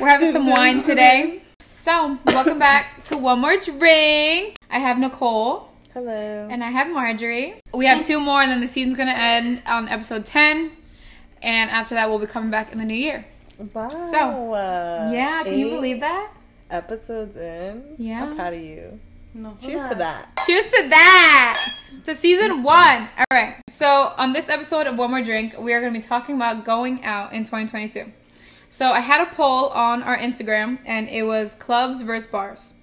We're having some wine today. So, welcome back to One More Drink. I have Nicole Hello. and I have Marjorie. We have two more, and then the season's gonna end on episode 10. And after that, we'll be coming back in the new year. wow. So, Yeah, can you believe that? Episodes in. Yeah. I'm proud of you. No. Cheers to that. Cheers to that! To season one! Alright, so on this episode of One More Drink, we are gonna be talking about going out in 2022. So, I had a poll on our Instagram, and it was clubs versus bars.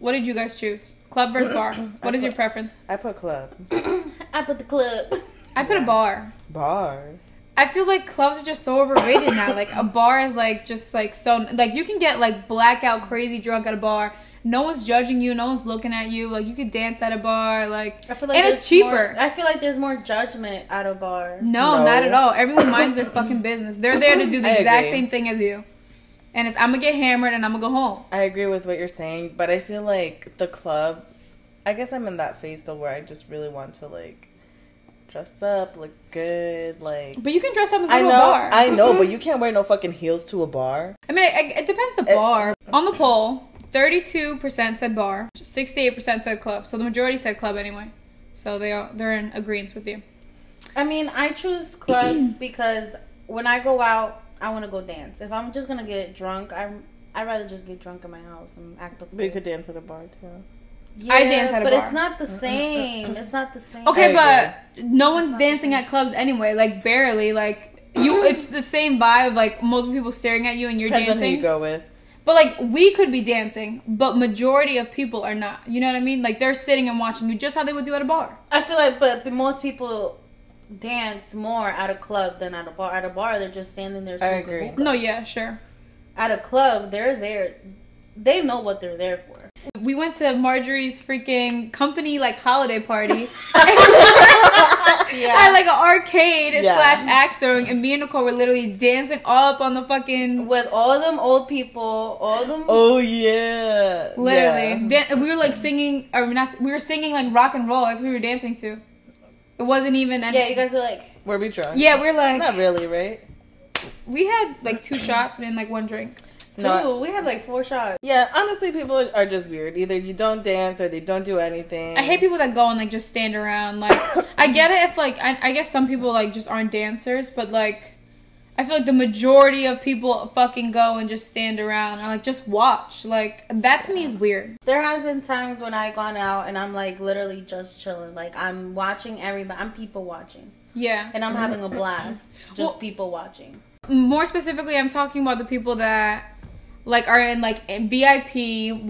What did you guys choose? Club versus bar. What is your preference? I put club. I put the club. I put a bar. Bar. I feel like clubs are just so overrated now. Like a bar is like just like so like you can get like blackout crazy drunk at a bar. No one's judging you. No one's looking at you. Like you could dance at a bar. Like I feel like and it's there's cheaper. more- I feel like there's more judgment at a bar. no, No. not at all. Everyone minds their fucking business. They're there to do I the exact agree. same thing as you. And it's I'm gonna get hammered and I'm gonna go home. I agree with what you're saying, but I feel like the club. I guess I'm in that phase though where I just really want to like dress up, look good, like. But you can dress up and go I to know, a bar. I know, but you can't wear no fucking heels to a bar. I mean, it, it depends the It- bar. On the poll, 32% said bar, 68% said club. So the majority said club anyway. So they are they're in agreement with you. I mean, I choose club because when I go out, I want to go dance. If I'm just gonna get drunk, I'm. I'd rather just get drunk in my house and act the But you could dance at a bar too. Yeah, I dance at a but bar. it's not the same. It's not the same. Okay, I but no one's dancing at clubs anyway. Like barely. Like you, it's the same vibe. Like multiple people staring at you and you're Depends on who dancing. you go with. But like we could be dancing, but majority of people are not. You know what I mean? Like they're sitting and watching you, just how they would do at a bar. I feel like, but, but most people dance more at a club than at a bar. At a bar, they're just standing there. I smoking agree. hookah. No, yeah, sure. At a club, they're there. They know what they're there for. We went to Marjorie's freaking company like holiday party. at like an arcade Yeah. slash axe throwing, and me and Nicole were literally dancing all up on the fucking. with all them old people, all them. Oh yeah, Literally, Yeah. Dan- we were like singing, or not? We were singing like rock and roll. That's what we were dancing to. It wasn't even. Any- Yeah, you guys are like. Were we drunk? Yeah, we're like Not really, right? we had like two shots and like one drink. No. Dude, we had like four shots. Yeah, honestly, people are just weird. Either you don't dance or they don't do anything. I hate people that go and like just stand around. Like I get it if like I, I guess some people like just aren't dancers, but like I feel like the majority of people fucking go and just stand around and like just watch. Like that to me is weird. There has been times when I gone out and I'm like literally just chilling. Like I'm watching everybody. I'm people watching, Yeah. and I'm having a blast. Just Well- people watching. more specifically i'm talking about the people that like are in like in vip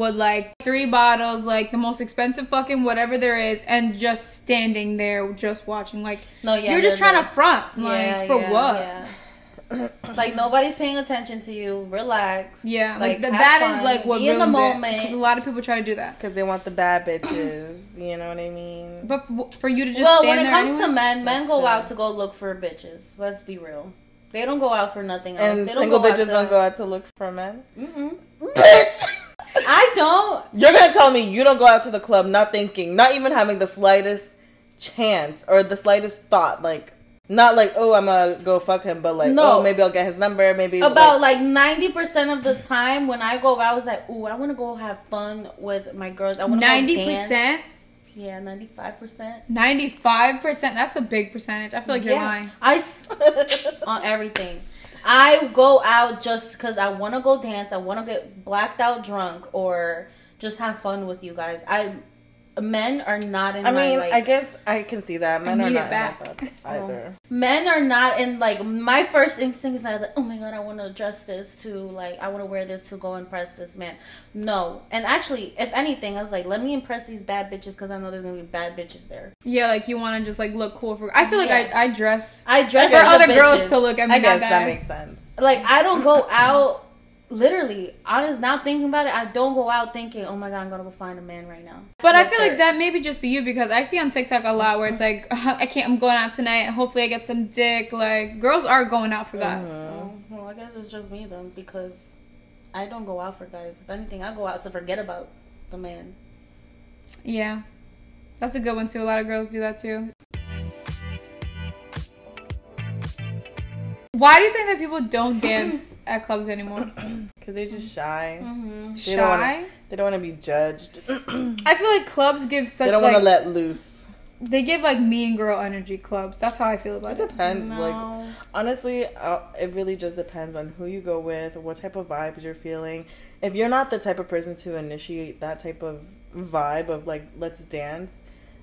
with like three bottles like the most expensive fucking whatever there is and just standing there just watching like No, yeah, you're just they're trying to front like Yeah, for yeah, what yeah. yeah. like nobody's paying attention to you. Relax. like, th- have that is fun. like what Be in the Because a moment. lot of people try to do that, because they want the bad bitches. you know what I mean? but f- for you to just Well, stand when it there comes anyway- to men, men That's go fair. out to go look for bitches. Let's be real. They don't go out for nothing else. And they don't single go out bitches to- don't go out to look for men. Mm-mm. Bitch, I don't. you're gonna tell me you don't go out to the club not thinking, not even having the slightest chance or the slightest thought, like not like oh I'm gonna go fuck him, but like No. oh maybe I'll get his number, maybe About like ninety percent of the time when I go out, I was like, "Ooh, I want to go have fun with my girls. I want to ninety Ninety percent, Yeah, ninety five percent. ninety-five percent—that's a big percentage. I feel like you're lying. I s- on everything. I go out just because I want to go dance. I want to get blacked out drunk or just have fun with you guys. I men are not in. I my, mean, like, I guess I can see that men need are it not back. about that either. men are not in like my first instinct is not like oh my god i want to dress this to like i want to wear this to go impress this man no and actually if anything i was like let me impress these bad bitches because i know there's gonna be bad bitches there Yeah, like you want to just like look cool for. I feel like Yeah. I, I dress i dress for as the other girls bitches. to look at me. I guess not that guys. makes sense. like i don't go out literally honest not thinking about it i don't go out thinking oh my god i'm gonna go find a man right now But I Like feel like that maybe just be you because I see on TikTok a lot where it's like, I can't. I'm going out tonight. Hopefully, I get some dick. Like girls are going out for guys. Oh, well i guess it's just me then because i don't go out for guys if anything i go out to forget about the man Yeah, that's a good one too. A lot of girls do that too. Why do you think that people don't dance at clubs anymore? because they're just shy. Mm-hmm. They don't wanna- Shy. They don't want to be judged. I feel like clubs give they such don't like want to let loose. they give like mean girl energy clubs. That's how I feel It about it. depends. Like honestly, uh, it really just depends on who you go with, what type of vibes you're feeling. If you're not the type of person to initiate that type of vibe of like let's dance,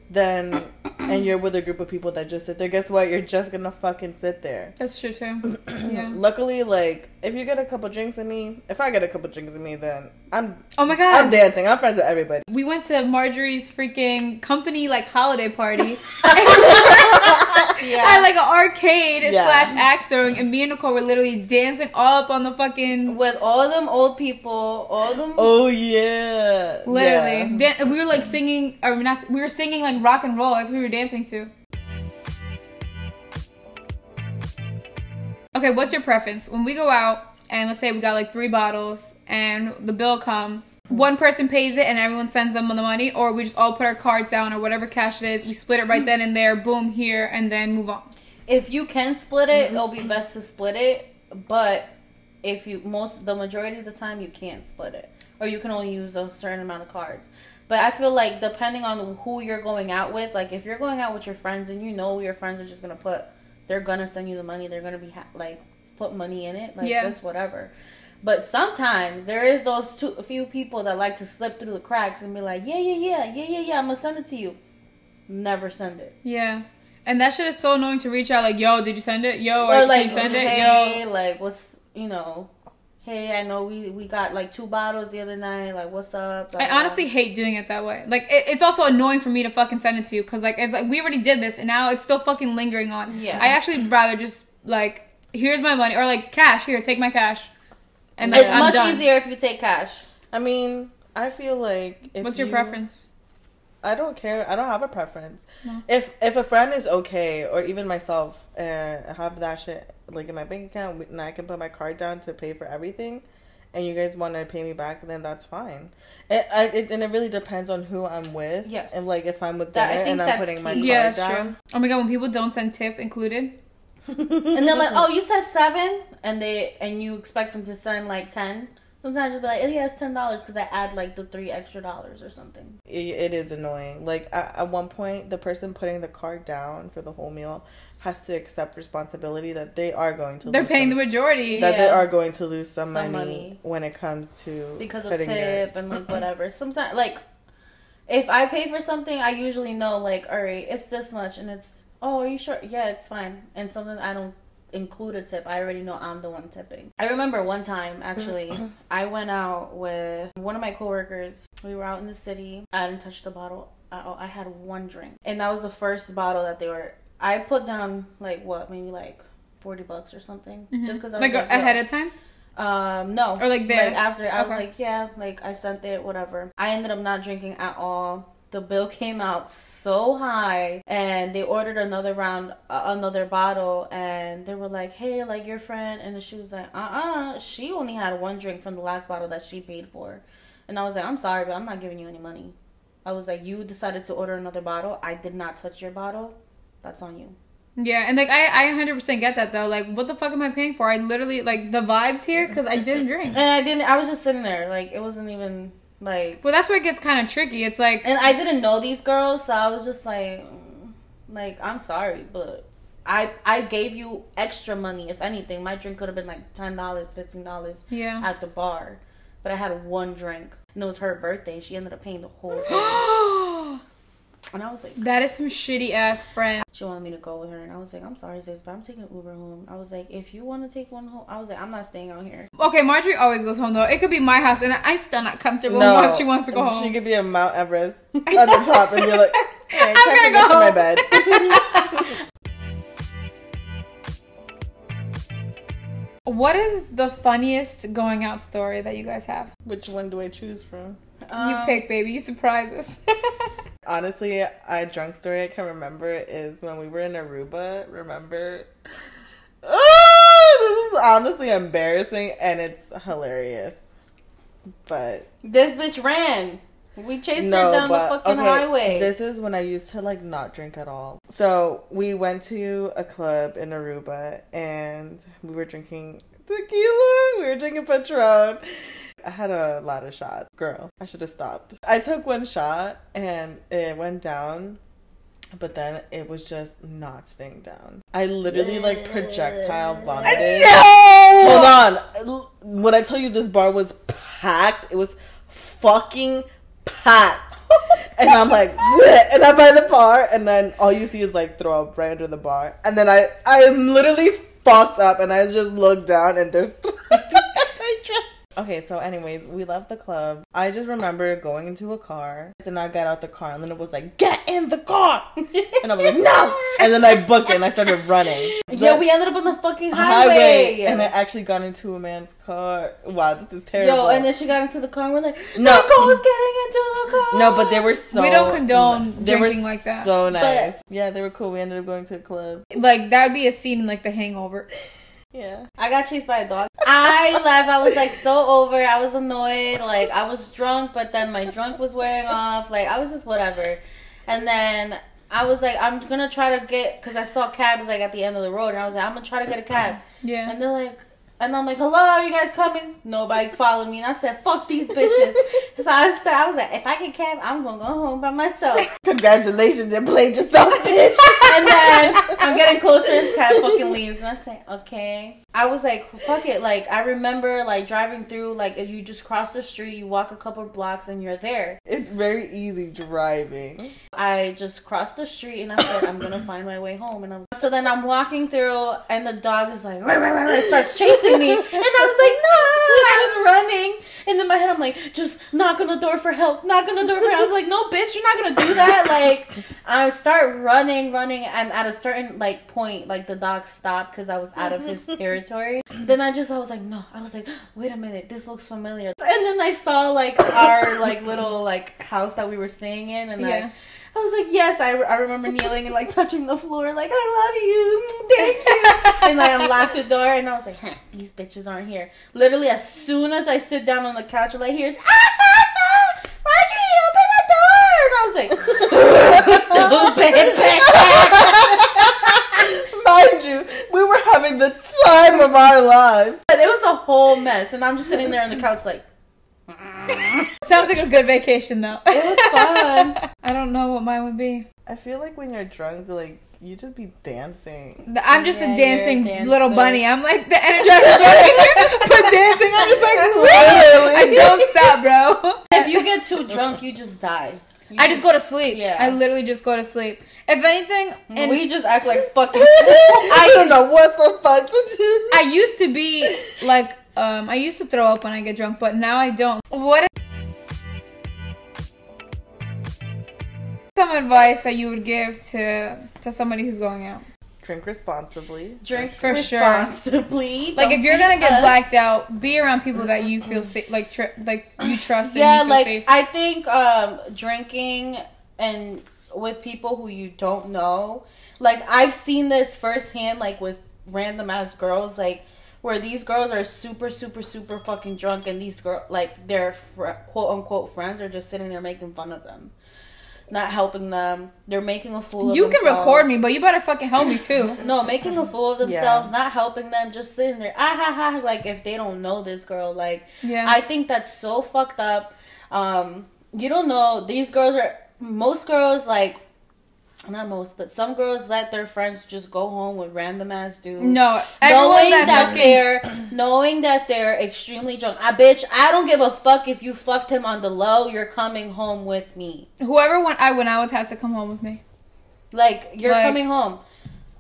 then and you're with a group of people that just sit there, guess what? You're just gonna fucking sit there. That's true too. yeah. Luckily, like if you get a couple drinks in me, if I get a couple drinks in me, then I'm Oh my I'm god. dancing. I'm friends with everybody. We went to Marjorie's freaking company like holiday party. yeah. at like an arcade Yeah. slash axe throwing, and me and Nicole were literally dancing all up on the fucking. with all them old people, all them. Oh yeah, Literally, Yeah. Dan- we were like singing, or not. We were singing like rock and roll. That's what we were dancing to. Okay, what's your preference when we go out? And let's say we got like three bottles, and the bill comes. One person pays it, and everyone sends them the money, or we just all put our cards down, or whatever cash it is. We split it right then and there. Boom, here, and then move on. If you can split it, it'll be best to split it. But if you most the majority of the time you can't split it, or you can only use a certain amount of cards. But I feel like depending on who you're going out with, like if you're going out with your friends and you know your friends are just gonna put, they're gonna send you the money. They're gonna be ha- like put money in it, like Yeah. that's whatever. But sometimes there is those two few people that like to slip through the cracks and be like, yeah, yeah, yeah, yeah, yeah, yeah, I'm gonna send it to you. Never send it. Yeah. And that shit is so annoying to reach out like, yo, did you send it? Yo, or or like you send it? hey, Yo. like what's you know, hey, I know we we got like two bottles the other night. Like what's up? Blah, I blah, honestly hate doing it that way. Like, it, it's also annoying for me to fucking send it to you because, like, it's like we already did this and now it's still fucking lingering on. Yeah. I actually rather just like, here's my money or like cash. Here, take my cash. And blah. like, it's I'm much done. easier if you take cash. I mean, I feel like if What's your you- preference? I don't care. I don't have a preference. No. If if a friend is okay, or even myself, uh, have that shit like in my bank account, and I can put my card down to pay for everything, and you guys want to pay me back, then that's fine. It, I, it and it really depends on who I'm with. Yes. and like if I'm with That- I dinner think and I'm that's putting my key. card Yeah, that's true. down. Oh my god, when people don't send tip included. And they're like, oh, you said seven, and they and you expect them to send like ten. Sometimes you'll be like, oh, yeah, it's ten dollars because I add like the three extra dollars or something. it, it is annoying. Like at, at one point, the person putting the card down for the whole meal has to accept responsibility that they are going to. They're lose paying some- the majority. that they Yeah. are going to lose some, money, Some money. when it comes to because of putting it- tip and like whatever. Sometimes like if I pay for something, I usually know like all right, it's this much, and it's oh, are you sure? Yeah, it's fine. And sometimes I don't include a tip. I already know I'm the one tipping. I remember one time actually, I went out with one of my coworkers. We were out in the city. I didn't touch the bottle. I, I had one drink, and that was the first bottle that they were. I put down like what maybe like. 40 bucks or something just because i Mm-hmm. was like, like, ahead yo. of time? Um, no. Or, like, there. Like after, I was Okay. like, yeah, like I sent it, whatever. I ended up not drinking at all. The bill came out so high, and they ordered another round, uh, another bottle, and they were like, hey, like your friend, and she was like, uh, uh she only had one drink from the last bottle that she paid for, and I was like, I'm sorry, but I'm not giving you any money. I was like, you decided to order another bottle. I did not touch your bottle. That's on you. Yeah, and like I, I 100% get that though. Like, what the fuck am I paying for? I literally like the vibes here because I didn't drink. And I didn't. I was just sitting there, like it wasn't even like. Well, that's where it gets kind of tricky. It's like and I didn't know these girls, so I was just like, mm, like I'm sorry, but I I gave you extra money. If anything, my drink could have been like ten dollars, fifteen dollars yeah. at the bar, but I had one drink, and it was her birthday. and She ended up paying the whole bill, and I was like, that is some shitty ass friend. she wanted me to go with her, and I was like, I'm sorry, sis, but I'm taking Uber home. I was like, if you want to take one home, I was like, I'm not staying out here. Okay, Marjorie always goes home though. It could be my house, and I still not comfortable once she wants to go home. She could be a Mount Everest at the top and be like, hey, I'm I'm gonna go to my home." bed. What is the funniest going out story that you guys have? Which one do I choose from? you Um, pick, baby. You surprise us. Honestly, a drunk story I can remember is when we were in Aruba. Remember? Oh, this is honestly embarrassing and it's hilarious. But This bitch ran. We chased No, her down but- the fucking okay, highway. This is when I used to like not drink at all. So we went to a club in Aruba and we were drinking tequila. We were drinking Patron. I had a lot of shots, girl. I should have stopped. I took one shot and it went down, but then it was just not staying down. I literally like projectile vomited. Hold on. L- When I tell you this bar was packed, it was fucking packed. and I'm like, "Bleh," and I'm by the bar, and then all you see is like throw up right under the bar. And then I, I am literally fucked up, and I just look down, and there's. okay, so anyways, we left the club. I just remember going into a car. Then I got out the car, and then it was like, get in the car, and I was like, no. And then I booked it, and I started running. Yo, The- we ended up on the fucking highway. highway, and I actually got into a man's car. Wow, this is terrible. Yo, and then she got into the car and we're like, No. no, Nicole's getting into the car. no, but they were so We don't condone they were drinking like that. So nice. yeah, they were cool. We ended up going to a club. Like that would be a scene in like The Hangover. Yeah, I got chased by a dog. I left. I was like so over. I was annoyed. Like I was drunk, but then my drunk was wearing off. Like I was just whatever. And then I was like, I'm gonna try to get because I saw cabs like at the end of the road, and I was like, I'm gonna try to get a cab. Yeah. And they're like, and I'm like, hello, are you guys coming? Nobody followed me. And I said, fuck these bitches. so I, st- I was like, if I get cab, I'm going to go home by myself. congratulations, you played yourself, bitch. And then I'm getting closer, cab fucking leaves. And I say, okay. I was like, fuck it. Like, I remember, like, driving through, like, if you just cross the street, you walk a couple blocks, and you're there. it's very easy driving. I just crossed the street and I said, I'm gonna find my way home. And I was so then I'm walking through and the dog is like, "Rah, rah, rah, rah," starts chasing me. And I was like, no, I was running. And in my head, I'm like, just knock on the door for help, knock on the door for help. I'm like, no, bitch, you're not gonna do that. Like, I start running, running, and at a certain like point, like the dog stopped because I was out of his territory. Then I just, I was like, no, I was like, wait a minute, this looks familiar. And then I saw like our like little like house that we were staying in, and I. Yeah. I was like, yes, I, I remember kneeling and like touching the floor, like, I love you, mm, thank you. and I unlocked the door and I was like, huh, these bitches aren't here. Literally, as soon as I sit down on the couch, all I hear is, ah, ah, ah, Marjorie, open the door. And I was like, stupid bitch. Mind you, we were having the time of our lives. But it was a whole mess. And I'm just sitting there on the couch, like, Sounds like a good vacation though. it was fun. I don't know what mine would be. I feel like when you're drunk, like you just be dancing. The- I'm just Yeah, a you're a dancing dancer. little bunny. I'm like the energized bunny, but dancing. I'm just like, "Woo!" I don't stop, bro. If you get too drunk, you just die. You I just go to sleep. Yeah. I literally just go to sleep. If anything, and we just act like fucking. I don't know what the fuck to do. I used to be like, um, I used to throw up when I get drunk, but now I don't. What? Is- some advice that you would give to to somebody who's going out? Drink responsibly. Drink For sure. responsibly. Like, if Don't you're be gonna get us. blacked out, be around people that you feel safe, like tri- like you trust. yeah and you feel like safe. i think um drinking and with people who you don't know like i've seen this firsthand like with random ass girls like where these girls are super super super fucking drunk and these girl like their fr- quote unquote friends are just sitting there making fun of them not helping them they're making a fool of you can themselves. record me, but you better fucking help me too. No, making a fool of themselves, not helping them, just sitting there, ah ha ha, like if they don't know this girl, like Yeah. I think that's so fucked up. Um, you don't know these girls are most girls like not most, but some girls let their friends just go home with random ass dudes. No, everyone Knowing that, that, fucking they're knowing that they're extremely drunk. I bitch, I don't give a fuck if you fucked him on the low. You're coming home with me. whoever went I went out with has to come home with me. Like you're Like- coming home.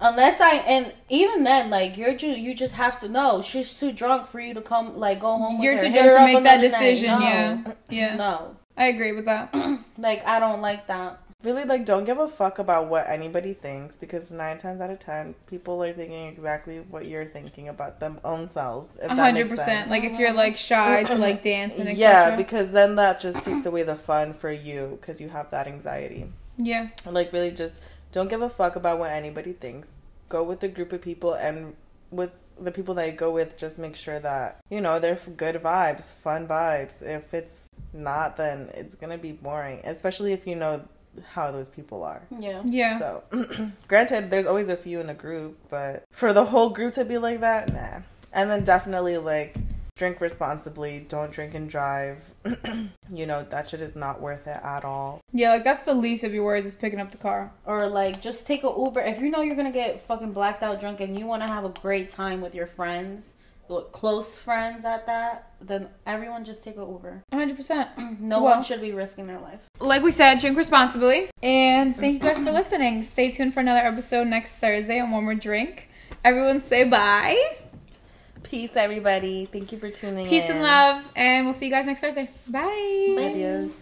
Unless I and even then, like you're ju- you just have to know she's too drunk for you to come like go home. You're with too her. Hit drunk her to make up that another night. decision. No. Yeah, yeah. No, I agree with that. like I don't like that. really like don't give a fuck about what anybody thinks because nine times out of ten people are thinking exactly what you're thinking about them own selves if A that hundred makes percent. sense Like if you're like shy to like dance and yeah etc. because then that just takes away the fun for you because you have that anxiety Yeah, and like really just don't give a fuck about what anybody thinks go with a group of people and with the people that you go with just make sure that you know they're f- good vibes fun vibes if it's not, then it's gonna be boring, especially if you know how those people are. Yeah. Yeah. So, granted, there's always a few in a group, but for the whole group to be like that, nah. And then definitely like drink responsibly. Don't drink and drive. you know that shit is not worth it at all. Yeah, like that's the least of your worries is picking up the car. Or like just take a Uber if you know you're gonna get fucking blacked out drunk and you want to have a great time with your friends, with close friends at that. Then everyone just take a Uber. 100%. No Well- one should be risking their life. Like we said, drink responsibly. And thank you guys for listening. Stay tuned for another episode next Thursday on One More Drink. Everyone say bye. Peace, everybody. Thank you for tuning Peace and love. And we'll see you guys next Thursday. Bye. Adios.